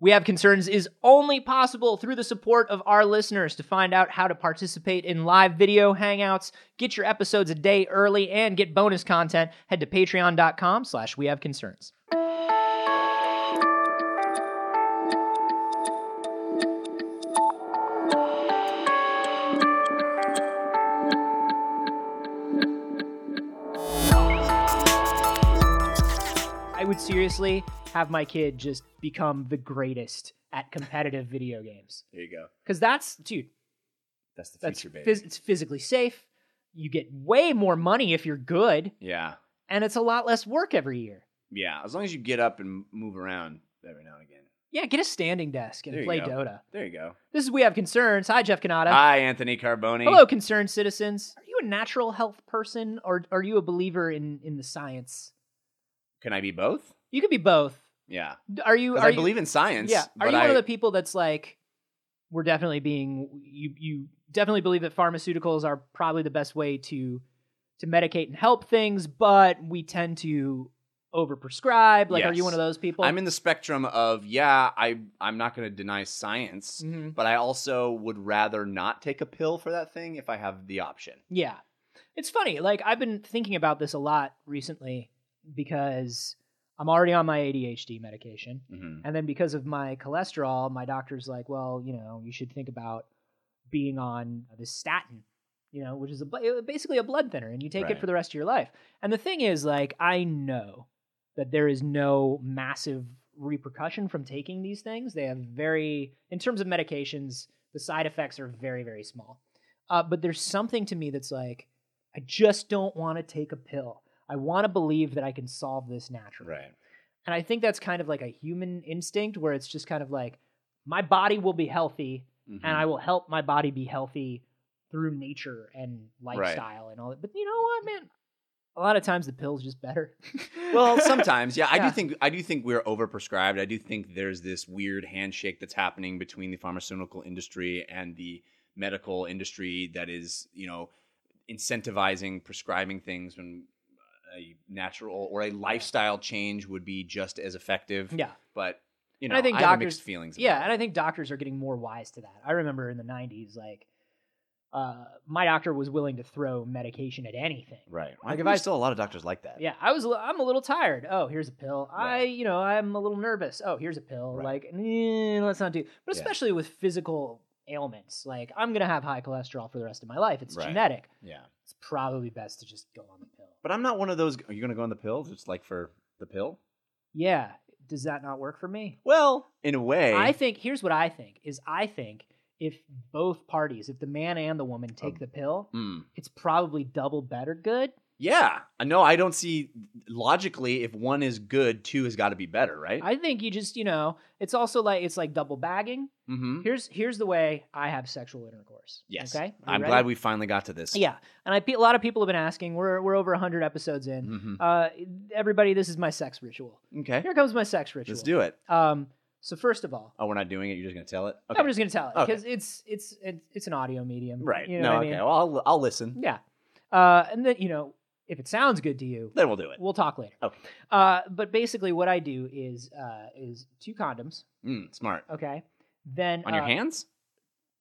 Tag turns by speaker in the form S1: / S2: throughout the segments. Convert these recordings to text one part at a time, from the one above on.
S1: We Have Concerns is only possible through the support of our listeners. To find out how to participate in live video hangouts, get your episodes a day early, and get bonus content, head to patreon.com slash we have concerns. I would seriously have my kid just become the greatest at competitive video games.
S2: There you go.
S1: Because that's, dude,
S2: That's the
S1: that's
S2: future, baby.
S1: phys- it's physically safe. You get way more money if you're good,
S2: yeah,
S1: and it's a lot less work every year.
S2: yeah. As long as you get up and move around every now and again.
S1: Yeah, get a standing desk and
S2: There you
S1: play
S2: go.
S1: Dota.
S2: There you go.
S1: This is We Have Concerns. Hi, Jeff Canada.
S2: Hi, Anthony Carboni.
S1: Hello, concerned citizens. Are you a natural health person or are you a believer in, in the science?
S2: Can I be both?
S1: You could be both.
S2: Yeah,
S1: Are you?
S2: 'Cause
S1: Are
S2: I
S1: you,
S2: believe in science.
S1: Yeah. Are
S2: but
S1: you
S2: I,
S1: one of the people that's like, we're definitely being you you definitely believe that pharmaceuticals are probably the best way to to medicate and help things, but we tend to overprescribe. Like, are you
S2: Yes.
S1: one of those people?
S2: I'm in the spectrum of yeah. I I'm not going to deny science,
S1: Mhm.
S2: but I also would rather not take a pill for that thing if I have the option.
S1: Yeah. It's funny. Like I've been thinking about this a lot recently because I'm already on my ADHD medication.
S2: Mm-hmm.
S1: And then because of my cholesterol, my doctor's like, well, you know, you should think about being on this statin, you know, which is a, bl- eh, basically a blood thinner and you take it
S2: Right.
S1: for the rest of your life. And the thing is, like, I know that there is no massive repercussion from taking these things. They have very, in terms of medications, the side effects are very, very small. Uh, but there's something to me that's like, I just don't want to take a pill. I want to believe that I can solve this naturally.
S2: Right.
S1: And I think that's kind of like a human instinct where it's just kind of like, my body will be healthy
S2: Mm-hmm. Mm.
S1: and I will help my body be healthy through nature and lifestyle and all that. But you know what, man? A lot of times the pill's just better.
S2: well, sometimes, yeah, I
S1: Yeah.
S2: do think I do think we're overprescribed. I do think there's this weird handshake that's happening between the pharmaceutical industry and the medical industry that is, you know, incentivizing prescribing things when a natural or a lifestyle change would be just as effective.
S1: yeah.
S2: But you
S1: And
S2: know,
S1: I
S2: I,
S1: think
S2: have
S1: doctors-
S2: mixed feelings.
S1: Yeah,
S2: about
S1: and I think doctors are getting more wise to that. I remember in the 90s, like, uh, my doctor was willing to throw medication at anything.
S2: it. right.
S1: Like,
S2: I
S1: if
S2: think
S1: I-
S2: there's still a lot of doctors like that.
S1: Yeah, I was. a li- I'm a little tired. Oh, here's a pill. I,
S2: Right.
S1: you know, I'm a little nervous. Oh, here's a pill.
S2: Right.
S1: Like, eh, let's not do. But
S2: Yeah.
S1: especially with physical ailments, like I'm gonna have high cholesterol for the rest of my life. It's
S2: Right.
S1: genetic.
S2: yeah.
S1: It's probably best to just go on the pill.
S2: But I'm not one of those. Are you going to go on the pill? Just like for the pill?
S1: Yeah. Does that not work for me?
S2: Well, in a way,
S1: I think here's what I think is I think if both parties, if the man and the woman take
S2: Um,
S1: the pill,
S2: Mm.
S1: it's probably double better good.
S2: Yeah. No, I don't see logically if one is good, two has got to be better, right?
S1: I think you just, you know, it's also like it's like double bagging.
S2: mm-hmm.
S1: Here's here's the way I have sexual intercourse.
S2: Yes.
S1: Okay. Are you
S2: I'm
S1: ready?
S2: glad we finally got to this.
S1: Yeah, and I pe- a lot of people have been asking. We're we're over hundred episodes in.
S2: Mhm.
S1: Uh, everybody, this is my sex ritual.
S2: Okay.
S1: Here comes my sex ritual.
S2: Let's do it.
S1: Um. So first of all,
S2: Oh, we're not doing it. You're just gonna tell it.
S1: I'm just gonna tell it
S2: Okay.
S1: because it's it's it's it's an audio medium.
S2: right.
S1: You know
S2: no.
S1: what I
S2: okay.
S1: mean?
S2: Well, I'll, I'll listen.
S1: Yeah. Uh, and then you know, if it sounds good to you,
S2: Then we'll do it.
S1: we'll talk later.
S2: Okay.
S1: Uh, but basically, what I do is uh is two condoms.
S2: Mm, smart.
S1: Okay. Then
S2: On your
S1: uh,
S2: hands?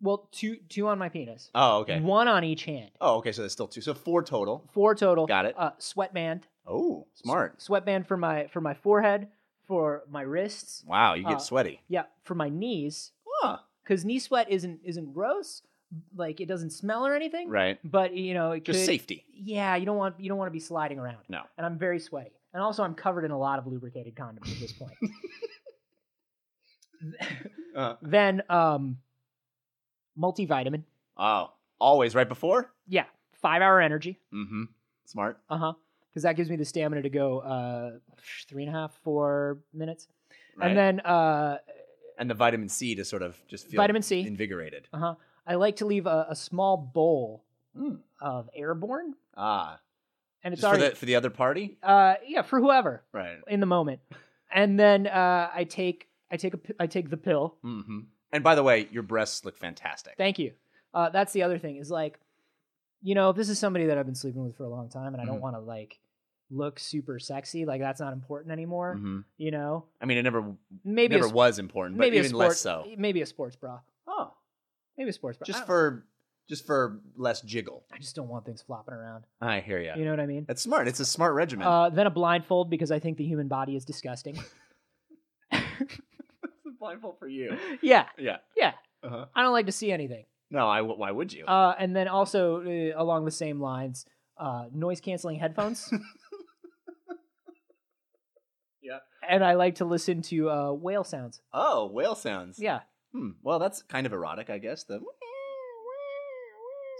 S1: Well, two two on my penis.
S2: Oh, okay.
S1: One on each hand.
S2: Oh, okay. So that's still two. So four total.
S1: Four total.
S2: Got it.
S1: Uh, sweatband.
S2: Oh, smart.
S1: sweatband for my for my forehead, for my wrists,
S2: Wow. You get
S1: Uh,
S2: sweaty.
S1: yeah, for my knees,
S2: Huh.
S1: because knee sweat isn't isn't gross, like it doesn't smell or anything,
S2: Right.
S1: But you know, it
S2: Just
S1: could,
S2: safety.
S1: Yeah, you don't want you don't want to be sliding around.
S2: No.
S1: and I'm very sweaty, and also I'm covered in a lot of lubricated condoms at this point.
S2: Uh,
S1: then, um, multivitamin,
S2: oh, always right before.
S1: yeah, five hour energy,
S2: Mm-hmm. Smart.
S1: uh huh, because that gives me the stamina to go uh three and a half four minutes,
S2: Right.
S1: and then uh
S2: and the vitamin C to sort of just feel
S1: vitamin C.
S2: invigorated.
S1: Uh huh. I like to leave a, a small bowl
S2: Mm.
S1: of airborne,
S2: Ah,
S1: and Hmm. it's
S2: Just for
S1: already
S2: the, for the other party,
S1: uh yeah for whoever
S2: right?
S1: in the moment, and then uh, I take I take a pi- I take the pill.
S2: Mm-hmm. And by the way, your breasts look fantastic.
S1: Thank you. Uh, that's the other thing is like, you know, if this is somebody that I've been sleeping with for a long time, and I don't
S2: Mhm.
S1: want to like look super sexy. Like that's not important anymore.
S2: Mhm.
S1: You know,
S2: I mean, it never
S1: maybe
S2: never
S1: a,
S2: was important, but
S1: maybe a
S2: even
S1: sports,
S2: less so.
S1: Maybe a sports bra.
S2: Oh,
S1: Maybe a sports bra. I
S2: just
S1: don't-
S2: for just for less jiggle.
S1: I just don't want things flopping around.
S2: I hear ya.
S1: You know what I mean?
S2: That's smart. It's a smart regimen.
S1: Uh, then a blindfold because I think the human body is disgusting.
S2: It's a blindfold for you.
S1: yeah,
S2: Yeah.
S1: yeah.
S2: Uh-huh.
S1: I don't like to see anything.
S2: No, I. w- Why would you?
S1: Uh, and then also uh, along the same lines, uh, noise canceling headphones.
S2: Yeah.
S1: And I like to listen to uh, whale sounds.
S2: oh, whale sounds.
S1: Yeah.
S2: Hmm. Well, that's kind of erotic, I guess. The.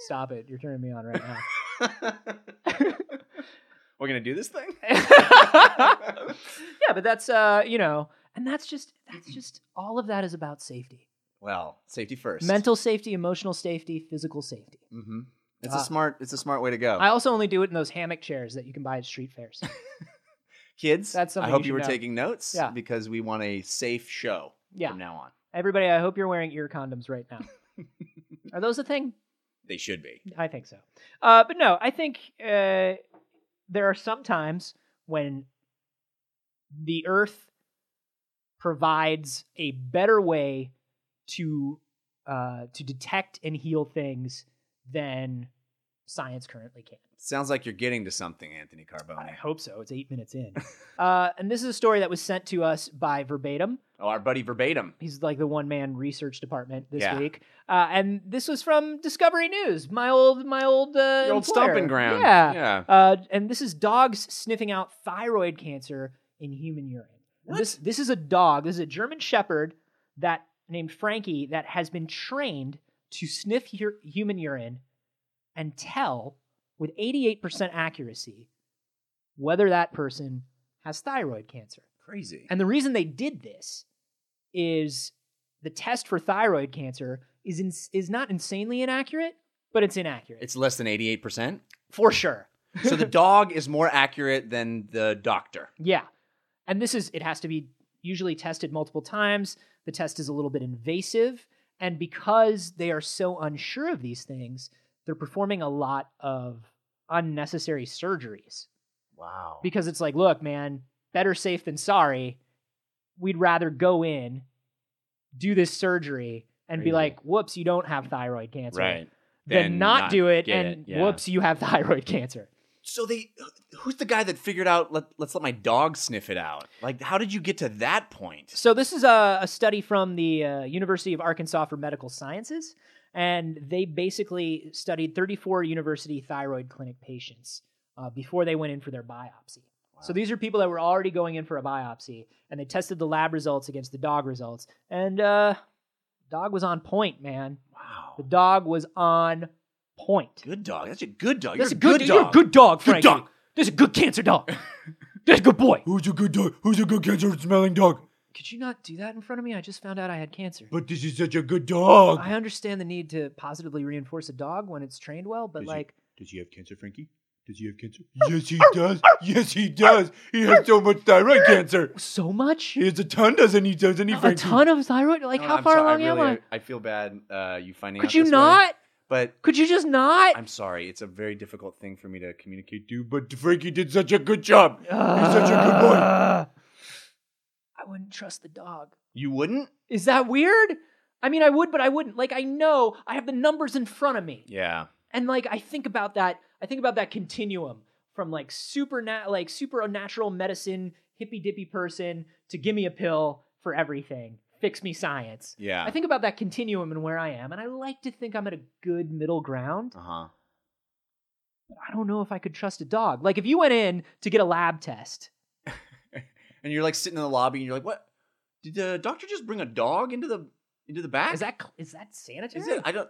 S1: Stop it. You're turning me on right now.
S2: We're gonna do this thing.
S1: yeah, but that's uh, you know, and that's just that's just all of that is about safety.
S2: well, safety first.
S1: Mental safety, emotional safety, physical safety.
S2: Mm-hmm. It's
S1: Ah.
S2: a smart. It's a smart way to go.
S1: I also only do it in those hammock chairs that you can buy at street fairs.
S2: Kids,
S1: That's
S2: I
S1: something
S2: hope
S1: you
S2: you, were
S1: should know.
S2: taking notes
S1: Yeah.
S2: because we want a safe show
S1: Yeah.
S2: from now on.
S1: Everybody, I hope you're wearing ear condoms right now. Are those a thing?
S2: They should be.
S1: I think so. Uh, but no, I think uh, there are some times when the Earth provides a better way to uh, to detect and heal things than science currently can.
S2: Sounds like you're getting to something, Anthony Carbone.
S1: I hope so. It's eight minutes in, uh, and this is a story that was sent to us by Verbatim.
S2: Oh, our buddy verbatim.
S1: He's like the one man research department this
S2: Yeah.
S1: week, uh, and this was from Discovery News, my old my old uh,
S2: Your old
S1: employer.
S2: stomping ground.
S1: Yeah,
S2: Yeah.
S1: uh, and this is dogs sniffing out thyroid cancer in human urine. And
S2: What?
S1: This this is a dog. This is a German Shepherd that named Frankie that has been trained to sniff hu- human urine and tell with 88% accuracy whether that person has thyroid cancer.
S2: Crazy.
S1: And the reason they did this is the test for thyroid cancer is in, is not insanely inaccurate, but it's inaccurate.
S2: it's less than 88%.
S1: for sure.
S2: So the dog is more accurate than the doctor.
S1: Yeah. And this is, it has to be usually tested multiple times. The test is a little bit invasive. And because they are so unsure of these things, they're performing a lot of unnecessary surgeries
S2: Wow.
S1: because it's like, look, man, better safe than sorry. We'd rather go in, do this surgery, and be
S2: Crazy.
S1: like, whoops, you don't have thyroid cancer.
S2: right.
S1: Than
S2: Then
S1: not,
S2: not
S1: do it,
S2: get
S1: and
S2: it, yeah.
S1: whoops, you have thyroid cancer.
S2: So they who's the guy that figured out let, let's let my dog sniff it out? Like how did you get to that point?
S1: So this is a, a study from the uh, University of Arkansas for Medical Sciences, and they basically studied 34 university thyroid clinic patients uh, before they went in for their biopsy. So
S2: Wow.
S1: these are people that were already going in for a biopsy, and they tested the lab results against the dog results, and uh, dog was on point, man. The
S2: Wow.
S1: dog was on point.
S2: Good dog. That's a good dog.
S1: That's
S2: you're
S1: a good, You're a good dog,
S2: Good
S1: Frankie.
S2: dog.
S1: This is a good cancer dog. That's a good boy.
S2: Who's a good dog? Who's a good cancer smelling dog?
S1: Could you not do that in front of me? I just found out I had cancer.
S2: But this is such a good dog.
S1: I understand the need to positively reinforce a dog when it's trained well, but
S3: Is it-
S1: like,
S3: Does he have cancer, Frankie? Does he have cancer? Yes,
S1: Oh.
S3: he does. Yes, he does. He has so much thyroid cancer.
S1: so much?
S3: He has a ton, doesn't he? Doesn't he,
S1: A
S3: Frankie?
S1: ton of thyroid? Like, how far along
S2: I
S1: am
S2: I? feel bad uh, you
S1: I?
S2: finding out
S1: Could you
S2: this way,
S1: not?
S2: but
S1: Could you just not?
S2: I'm sorry. It's a very difficult thing for me to communicate to.
S3: Dude, but Frankie did such a good job. He's such a good boy.
S1: Ugh. I wouldn't trust the dog.
S2: You wouldn't?
S1: Is that weird? I mean, I would, but I wouldn't. Like, I know I have the numbers in front of me.
S2: Yeah.
S1: and like i think about that i think about that continuum from like super na- like supernatural medicine hippy dippy person to give me a pill for everything fix me science
S2: Yeah.
S1: i think about that continuum and where i am and i like to think i'm at a good middle ground
S2: Uh huh.
S1: but i don't know if i could trust a dog like if you went in to get a lab test
S2: And you're like sitting in the lobby, and you're like, "What? Did the doctor just bring a dog into the into the back?
S1: is that cl- is that sanitary
S2: Is it? I don't.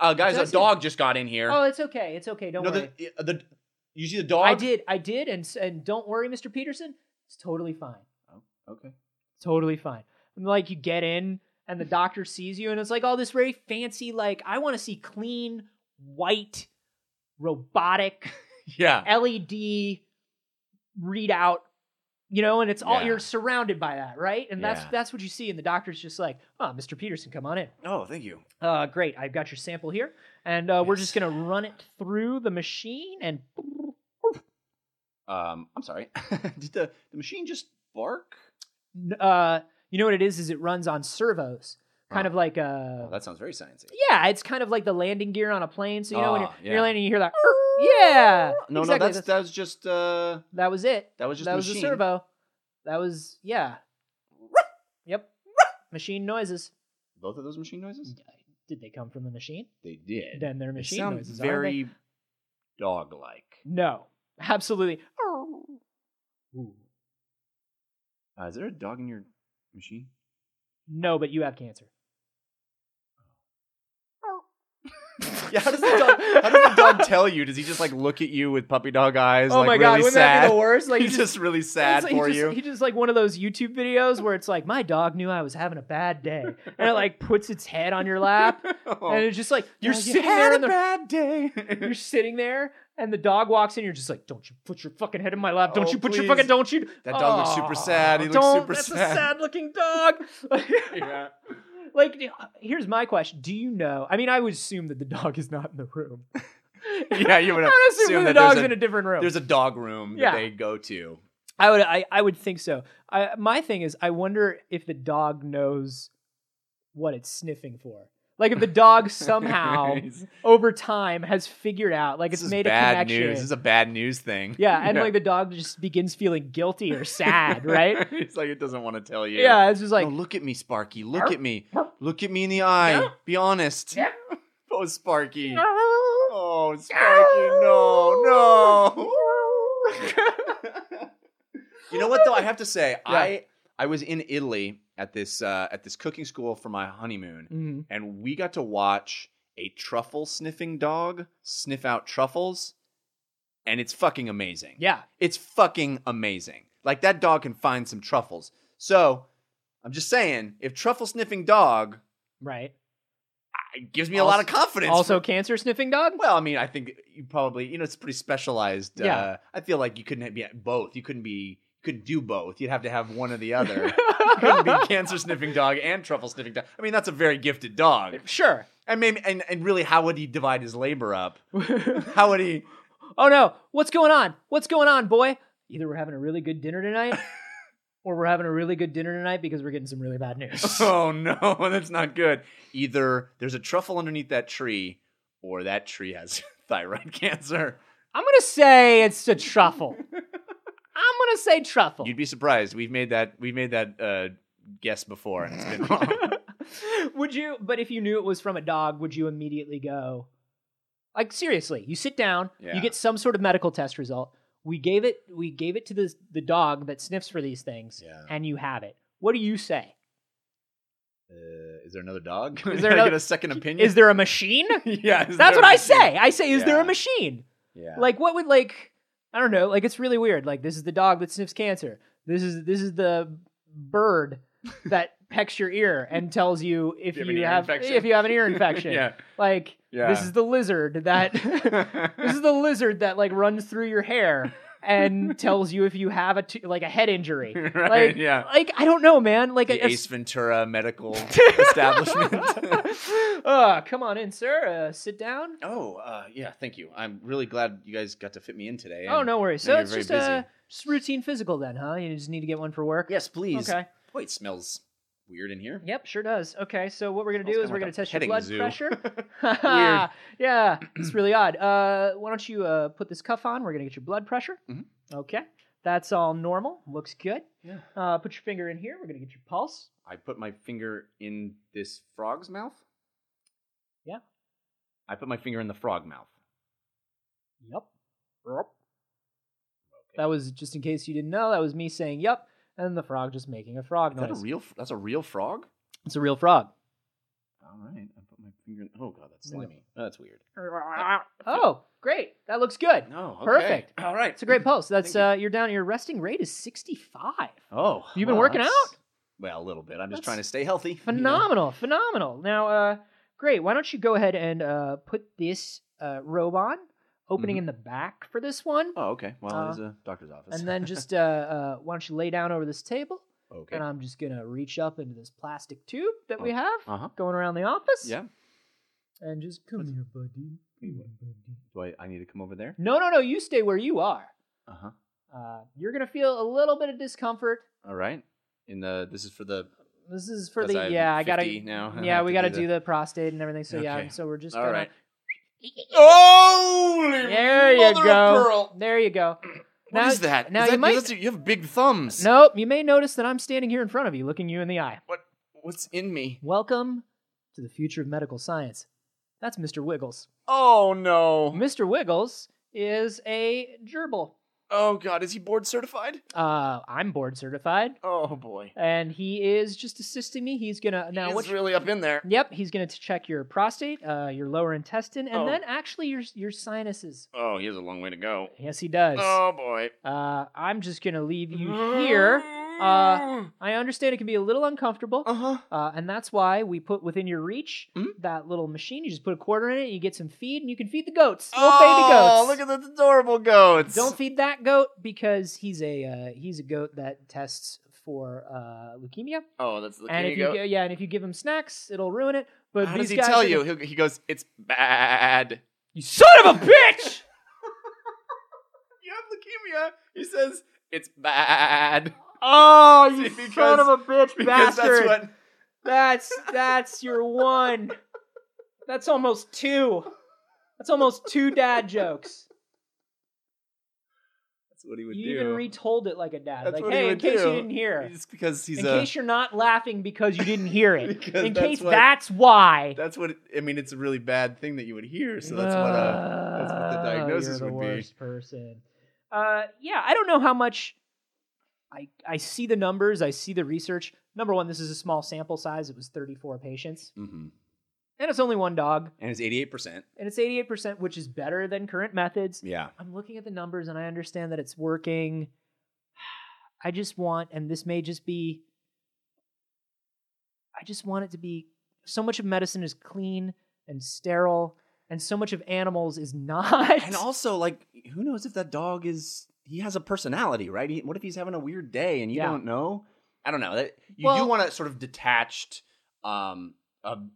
S2: Uh, guys,
S1: Does
S2: a
S1: it?
S2: dog just got in here.
S1: oh it's okay it's okay don't
S2: no,
S1: worry
S2: the, uh, the you see the dog.
S1: i did i did and s- and don't worry mr peterson it's totally fine
S2: Okay.
S1: totally fine. And, like you get in and the doctor sees you and it's like all this very fancy like I want to see clean white robotic
S2: Yeah.
S1: LED readout you know and it's all
S2: Yeah.
S1: you're surrounded by that right and that's
S2: Yeah.
S1: that's what you see and the doctor's just like oh mr peterson come on in
S2: Oh, thank you.
S1: uh great i've got your sample here and uh, we're
S2: Yes.
S1: just gonna run it through the machine and
S2: Um, I'm sorry. Did the, the machine just bark?
S1: N- Uh, you know what it is? Is it runs on servos, kind
S2: Huh.
S1: of like
S2: Oh,
S1: a
S2: that sounds very sciencey.
S1: yeah. It's kind of like the landing gear on a plane. So you know when
S2: Ah,
S1: you're, when you're
S2: yeah.
S1: landing, you hear that. Yeah,
S2: No,
S1: exactly.
S2: no, that's that was just uh,
S1: that was it.
S2: that was just
S1: that
S2: the
S1: was
S2: machine.
S1: a servo. That was yeah. Yep. machine noises.
S2: Both of those machine noises.
S1: Did they come from the machine?
S2: They did.
S1: Then they're
S2: They
S1: machine
S2: sound
S1: noises. aren't they?
S2: very dog-like.
S1: no, absolutely. Ooh.
S2: Uh, is there a dog in your machine?
S1: No, but you have cancer.
S2: Yeah, how does, the dog, how does the dog tell you? Does he just like look at you with puppy dog eyes?
S1: Oh
S2: like,
S1: my
S2: really
S1: god, wouldn't
S2: sad?
S1: that be the worst? Like
S2: He's
S1: you
S2: just really
S1: It's
S2: sad
S1: like-
S2: for
S1: he just,
S2: you.
S1: He just like one of those YouTube videos where it's like, my dog knew I was having a bad day, and it like puts its head on your lap, and it's just like
S2: Oh. You're
S1: Oh. "Yeah, you
S2: sitting
S1: had
S2: there
S1: a
S2: in the
S1: bad-
S2: bad day.
S1: you're sitting there, and the dog walks in. You're just like, don't you put your fucking head in my lap? Don't
S2: Oh,
S1: you put
S2: please.
S1: your fucking? Don't you?
S2: That dog looks super
S1: Aw,
S2: sad. He looks
S1: don't-
S2: super
S1: that's
S2: sad.
S1: a sad looking dog.
S2: yeah.
S1: like, uh, here's my question: Do you know? I mean, I would assume that the dog is not in the room.
S2: Yeah, you would
S1: I would assume,
S2: assume
S1: that the
S2: that
S1: dog's
S2: there's
S1: in a
S2: a,
S1: different room.
S2: there's a dog room
S1: Yeah.
S2: that they go to.
S1: I would I, I would think so. I, my thing is I wonder if the dog knows what it's sniffing for. Like if the dog somehow
S2: It's-
S1: over time has figured out like
S2: this
S1: it's
S2: is
S1: made a
S2: bad
S1: connection.
S2: news. This is a bad news thing.
S1: yeah, and like the dog just begins feeling guilty or sad, right?
S2: it's like it doesn't want to tell you.
S1: Yeah, it's just like
S2: no, look at me, Sparky. Look
S1: Arp,
S2: at me.
S1: arp.
S2: Look at me in the eye.
S1: Yeah.
S2: Be honest.
S1: Yeah.
S2: Oh, Sparky.
S1: "No."
S2: Oh, Sparky, no, Oh, no. you know what though? I have to say, I I was in Italy at this uh, at this cooking school for my honeymoon,
S1: Mhm.
S2: and we got to watch a truffle sniffing dog sniff out truffles, and it's fucking amazing.
S1: Yeah.
S2: It's fucking amazing. Like that dog can find some truffles. So I'm just saying, if truffle sniffing dog
S1: Right.
S2: it gives me a lot of confidence.
S1: Also cancer sniffing dog?
S2: Well, I mean, I think you probably, you know, it's pretty specialized.
S1: Yeah.
S2: Uh, I feel like you couldn't be at both. You couldn't be, you couldn't do both. You'd have to have one or the other. you couldn't be cancer sniffing dog and truffle sniffing dog. I mean, that's a very gifted dog.
S1: sure.
S2: And maybe, and, and really, how would he divide his labor up? How would he?
S1: oh no, what's going on? What's going on, boy? Either we're having a really good dinner tonight, or we're having a really good dinner tonight because we're getting some really bad news.
S2: Oh no, that's not good. Either there's a truffle underneath that tree, or that tree has thyroid cancer.
S1: I'm gonna say it's a truffle. I'm gonna say truffle.
S2: You'd be surprised. We've made that. We've made that uh, guess before, and it's been wrong.
S1: would you? But if you knew it was from a dog, would you immediately go? Like seriously, you sit down,
S2: Yeah.
S1: you get some sort of medical test result. We gave it. We gave it to the the dog that sniffs for these things,
S2: Yeah.
S1: and you have it. What do you say?
S2: Uh, is there another dog?
S1: there
S2: Can I
S1: another-
S2: get a second opinion?
S1: Is there a machine?
S2: yeah, is
S1: That's
S2: there
S1: what
S2: a
S1: I
S2: machine?
S1: say. I say, is there
S2: Yeah.
S1: a machine?
S2: Yeah.
S1: Like, what would like? I don't know. Like, it's really weird. Like, this is the dog that sniffs cancer. This is this is the bird that pecks your ear and tells you if
S2: You
S1: you,
S2: have an ear
S1: have
S2: infection.
S1: if you have an ear infection.
S2: yeah.
S1: Like,
S2: Yeah.
S1: this is the lizard that this is the lizard that like runs through your hair and tells you if you have a t- like a head injury.
S2: right.
S1: like,
S2: yeah.
S1: Like, I don't know, man. Like,
S2: The
S1: a- a
S2: Ace Ventura Medical Establishment.
S1: uh, come on in, sir. Uh, sit down.
S2: oh, uh, yeah. Thank you. I'm really glad you guys got to fit me in today.
S1: Oh,
S2: and-
S1: no worries.
S2: I
S1: So
S2: know
S1: it's
S2: you're
S1: just uh,
S2: very
S1: a just routine physical then, huh? You just need to get one for work.
S2: Yes, please.
S1: Okay.
S2: Boy, it smells weird in here.
S1: Yep, sure does. Okay, so what we're gonna
S2: Smells
S1: do
S2: kinda
S1: is we're
S2: like
S1: gonna
S2: a
S1: test your
S2: petting
S1: blood
S2: zoo.
S1: pressure.
S2: Weird.
S1: Yeah, it's really odd. Uh, why don't you uh, put this cuff on? We're gonna get your blood pressure.
S2: Mhm.
S1: Okay, that's all normal. Looks good.
S2: Yeah.
S1: Uh, put your finger in here. We're gonna get your pulse.
S2: I put my finger in this frog's mouth.
S1: Yeah.
S2: I put my finger in the frog mouth.
S1: Yep. Yep. That was just in case you didn't know. That was me saying yep, and the frog just making a frog
S2: Is that a
S1: noise.
S2: real? That's a real frog.
S1: it's a real frog.
S2: All right. I put my finger in. Oh god, that's
S1: No.
S2: slimy. Oh, that's weird.
S1: Oh, great. That looks good.
S2: No. Okay.
S1: Perfect.
S2: All right.
S1: It's a great post. That's
S2: Thank
S1: uh you're down your resting rate is 65.
S2: Oh,
S1: You've been
S2: well,
S1: working
S2: that's- Well, a little bit. I'm just
S1: That's
S2: trying to stay healthy. you know?
S1: Phenomenal. Phenomenal. Now uh great. Why don't you go ahead and uh put this uh robe on, opening
S2: Mhm.
S1: in the back for this one.
S2: Oh, okay. Well, it is a doctor's office.
S1: Uh, And then just uh, uh why don't you lay down over this table
S2: okay.
S1: and I'm just going to reach up into this plastic tube that we
S2: Oh,
S1: have
S2: Uh huh.
S1: going around the office.
S2: Yeah.
S1: And just come here, buddy. Come here, buddy.
S2: Do I? I need to come over there.
S1: No, no, no. You stay where you are.
S2: Uh huh.
S1: Uh, you're gonna feel a little bit of discomfort.
S2: All right. In the this is for the
S1: This is for
S2: As
S1: the
S2: I'm
S1: yeah. I
S2: 50
S1: gotta
S2: now, I
S1: yeah.
S2: have
S1: We
S2: to
S1: gotta
S2: do
S1: do the prostate and everything. So yeah.
S2: Okay.
S1: So we're just
S2: all
S1: gonna,
S2: right. Holy
S1: There you
S2: mother of
S1: go.
S2: pearl.
S1: There you go.
S2: What is that?
S1: now
S2: Is
S1: you
S2: that-
S1: might-
S2: that's- you have big thumbs.
S1: Nope. You may notice that I'm standing here in front of you, looking you in the eye.
S2: What's in me?
S1: Welcome to the future of medical science. That's Mr. Wiggles.
S2: Oh no.
S1: Mr. Wiggles is a gerbil.
S2: Oh god, is he board certified?
S1: Uh, I'm board certified,
S2: Oh boy.
S1: and he is just assisting me. He's gonna now.
S2: He's
S1: What,
S2: really up in there.
S1: yep, he's gonna t- check your prostate, uh, your lower intestine, and
S2: Oh.
S1: then actually your your sinuses.
S2: Oh, he has a long way to go.
S1: Yes, he does.
S2: Oh boy.
S1: Uh, I'm just gonna leave you here. uh, I understand it can be a little uncomfortable,
S2: huh.
S1: uh, and that's why we put within your reach
S2: Mm.
S1: that little machine. You just put a quarter in it, you get some feed, and you can feed the goats, little
S2: Oh,
S1: baby goats.
S2: look at those adorable goats.
S1: Don't feed that goat because he's a uh, he's a goat that tests for uh, leukemia.
S2: Oh, that's the
S1: and if
S2: kitty
S1: you
S2: goat.
S1: gi- yeah, and if you give him snacks, it'll ruin it. But
S2: How
S1: these
S2: does he
S1: guys
S2: tell
S1: are the-
S2: you? He'll, he goes, "It's bad."
S1: You son of a bitch!
S2: You have leukemia. uh, He says, "It's bad."
S1: Oh, you
S2: See,
S1: son
S2: because-
S1: of a bitch
S2: Because
S1: bastard!
S2: that's what.
S1: That's that's your one. That's almost two. That's almost two dad jokes.
S2: That's what he would
S1: You
S2: do.
S1: even retold it like a dad.
S2: That's
S1: like,
S2: what he
S1: hey, in
S2: would
S1: case you
S2: do.
S1: didn't hear.
S2: It's because he's
S1: In
S2: a.
S1: case you're not laughing because you didn't hear it.
S2: Because
S1: in
S2: that's
S1: case
S2: what-
S1: that's why.
S2: that's what I mean. It's a really bad thing that you would hear. So that's what. Uh, that's what the
S1: Oh,
S2: diagnosis
S1: you're the
S2: would be.
S1: worst Person. Uh, yeah, I don't know how much. I I see the numbers. I see the research. Number one, this is a small sample size. It was 34 patients,
S2: Mhm.
S1: and it's only one dog,
S2: And it's eighty-eight percent.
S1: and it's 88 percent, which is better than current methods.
S2: Yeah.
S1: I'm looking at the numbers, and I understand that it's working. I just want, and this may just be. I just want it to be. So much of medicine is clean and sterile, and so much of animals is not.
S2: And also, like, who knows if that dog is? He has a personality, right? He, what if he's having a weird day and you
S1: Yeah.
S2: don't know? I don't know. That, you
S1: Well-
S2: do want a sort of detached, um, ob-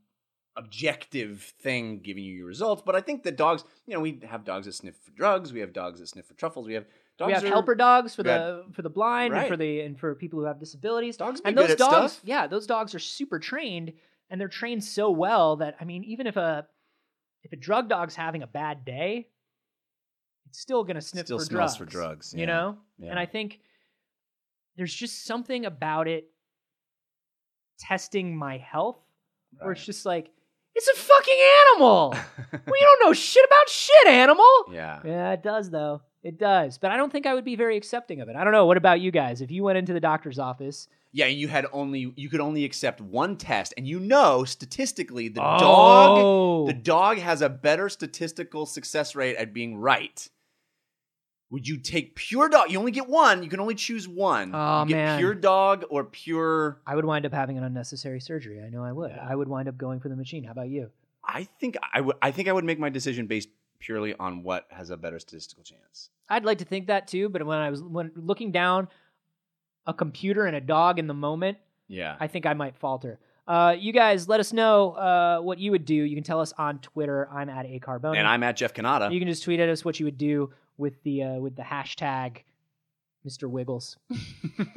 S2: objective thing giving you your results. But I think that dogs, you know, we have dogs that sniff for drugs. We have dogs that sniff for truffles. We have dogs.
S1: we have
S2: that are-
S1: helper dogs for
S2: we
S1: the for the blind and
S2: Right.
S1: for the and for people who have disabilities.
S2: Dogs be
S1: and
S2: good
S1: those
S2: at
S1: dogs,
S2: stuff.
S1: yeah, those dogs are super trained and they're trained so well that I mean, even if a if a drug dog's having a bad day, it's still gonna sniff
S2: still
S1: for,
S2: smells
S1: drugs,
S2: for drugs.
S1: You know,
S2: Yeah.
S1: and I think there's just something about it testing my health where it's just like it's a fucking animal. we don't know shit about shit, animal.
S2: yeah.
S1: Yeah, it does though. It does. But I don't think I would be very accepting of it. I don't know. What about you guys? If you went into the doctor's office,
S2: Yeah, you had only you could only accept one test, and you know statistically the dog
S1: oh,
S2: the dog has a better statistical success rate at being right. Would you take pure dog? You only get one. You can only choose one.
S1: Oh,
S2: you get
S1: man.
S2: pure dog or pure.
S1: I would wind up having an unnecessary surgery. I know I would.
S2: Yeah.
S1: I would wind up going for the machine. How about you?
S2: I think I would. I think I would make my decision based purely on what has a better statistical chance.
S1: I'd like to think that too, but when I was when looking down a computer and a dog in the moment,
S2: Yeah.
S1: I think I might falter. Uh, you guys, let us know uh, what you would do. You can tell us on Twitter. I'm at a carbone.
S2: and I'm at Jeff Canada.
S1: You can just tweet at us what you would do with the uh, with the hashtag Mr. Wiggles.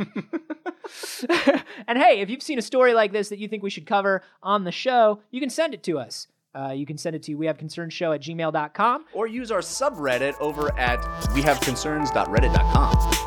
S1: and hey, if you've seen a story like this that you think we should cover on the show, you can send it to us. Uh, you can send it to we have concerns show at gmail.com.
S2: or use our subreddit over at wehaveconcerns.reddit.com.